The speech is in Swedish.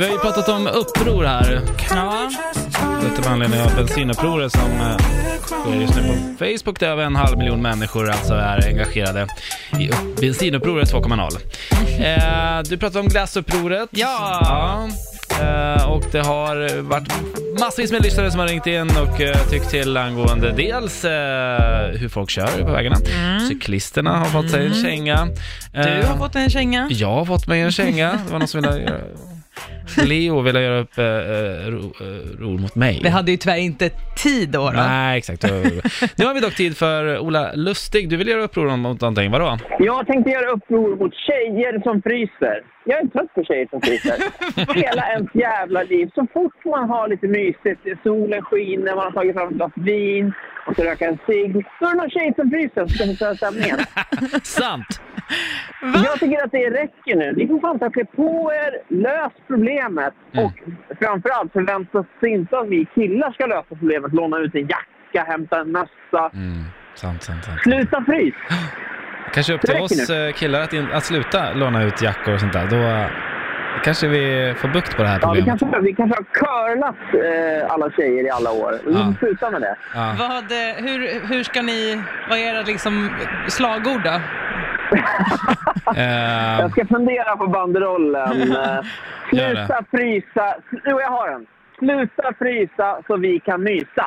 Vi har ju pratat om uppror här. Ja. Lite med anledning av bensinupproret som eh, sker just nu på Facebook där över en halv miljon människor alltså är engagerade i upp- bensinupproret 2.0. Eh, du pratade om glassupproret. Ja. Ja. Eh, och det har varit massvis med lyssnare som har ringt in och eh, tyckt till angående dels eh, hur folk kör på vägarna. Cyklisterna har fått sig en känga. Mm. Eh, Du har fått en känga. Jag har fått mig en känga. Det var någon som ville göra... Leo ville göra upp eh, eh, ro, eh, ror mot mig. Vi hade ju tyvärr inte tid då. då. Nej, exakt. nu har vi dock tid för Ola Lustig. Du vill göra uppror mot någonting, vadå? Jag tänkte göra uppror mot tjejer som fryser. Jag är trött på tjejer som fryser. Hela ens jävla liv. Så fort man har lite mysigt, solen skiner, man har tagit fram ett glas vin och så röker en cigg, så är det någon tjej som fryser som ska förstöra stämningen. Sant! Jag tycker att det räcker nu. Ni får fan ta klä på er, lös problemet och framförallt förväntas det inte att vi killar ska lösa problemet. Låna ut en jacka, hämta en mössa. Mm, sant, sant, sant. Sluta frys! Kanske upp till Det räcker oss eh, killar att, in, att sluta låna ut jackor och sånt där. Då eh, kanske vi får bukt på det här Ja, vi, problemet. kanske, vi kanske har curlat eh, alla tjejer i alla år. Vi Ja. får sluta med det. Ja. Vad, eh, hur, hur ska ni, vad är era liksom slagord då? Eh, Jag ska fundera på banderollen. Eh, Gör det. Sluta frysa. Jo, jag har den. Sluta frysa så vi kan mysa.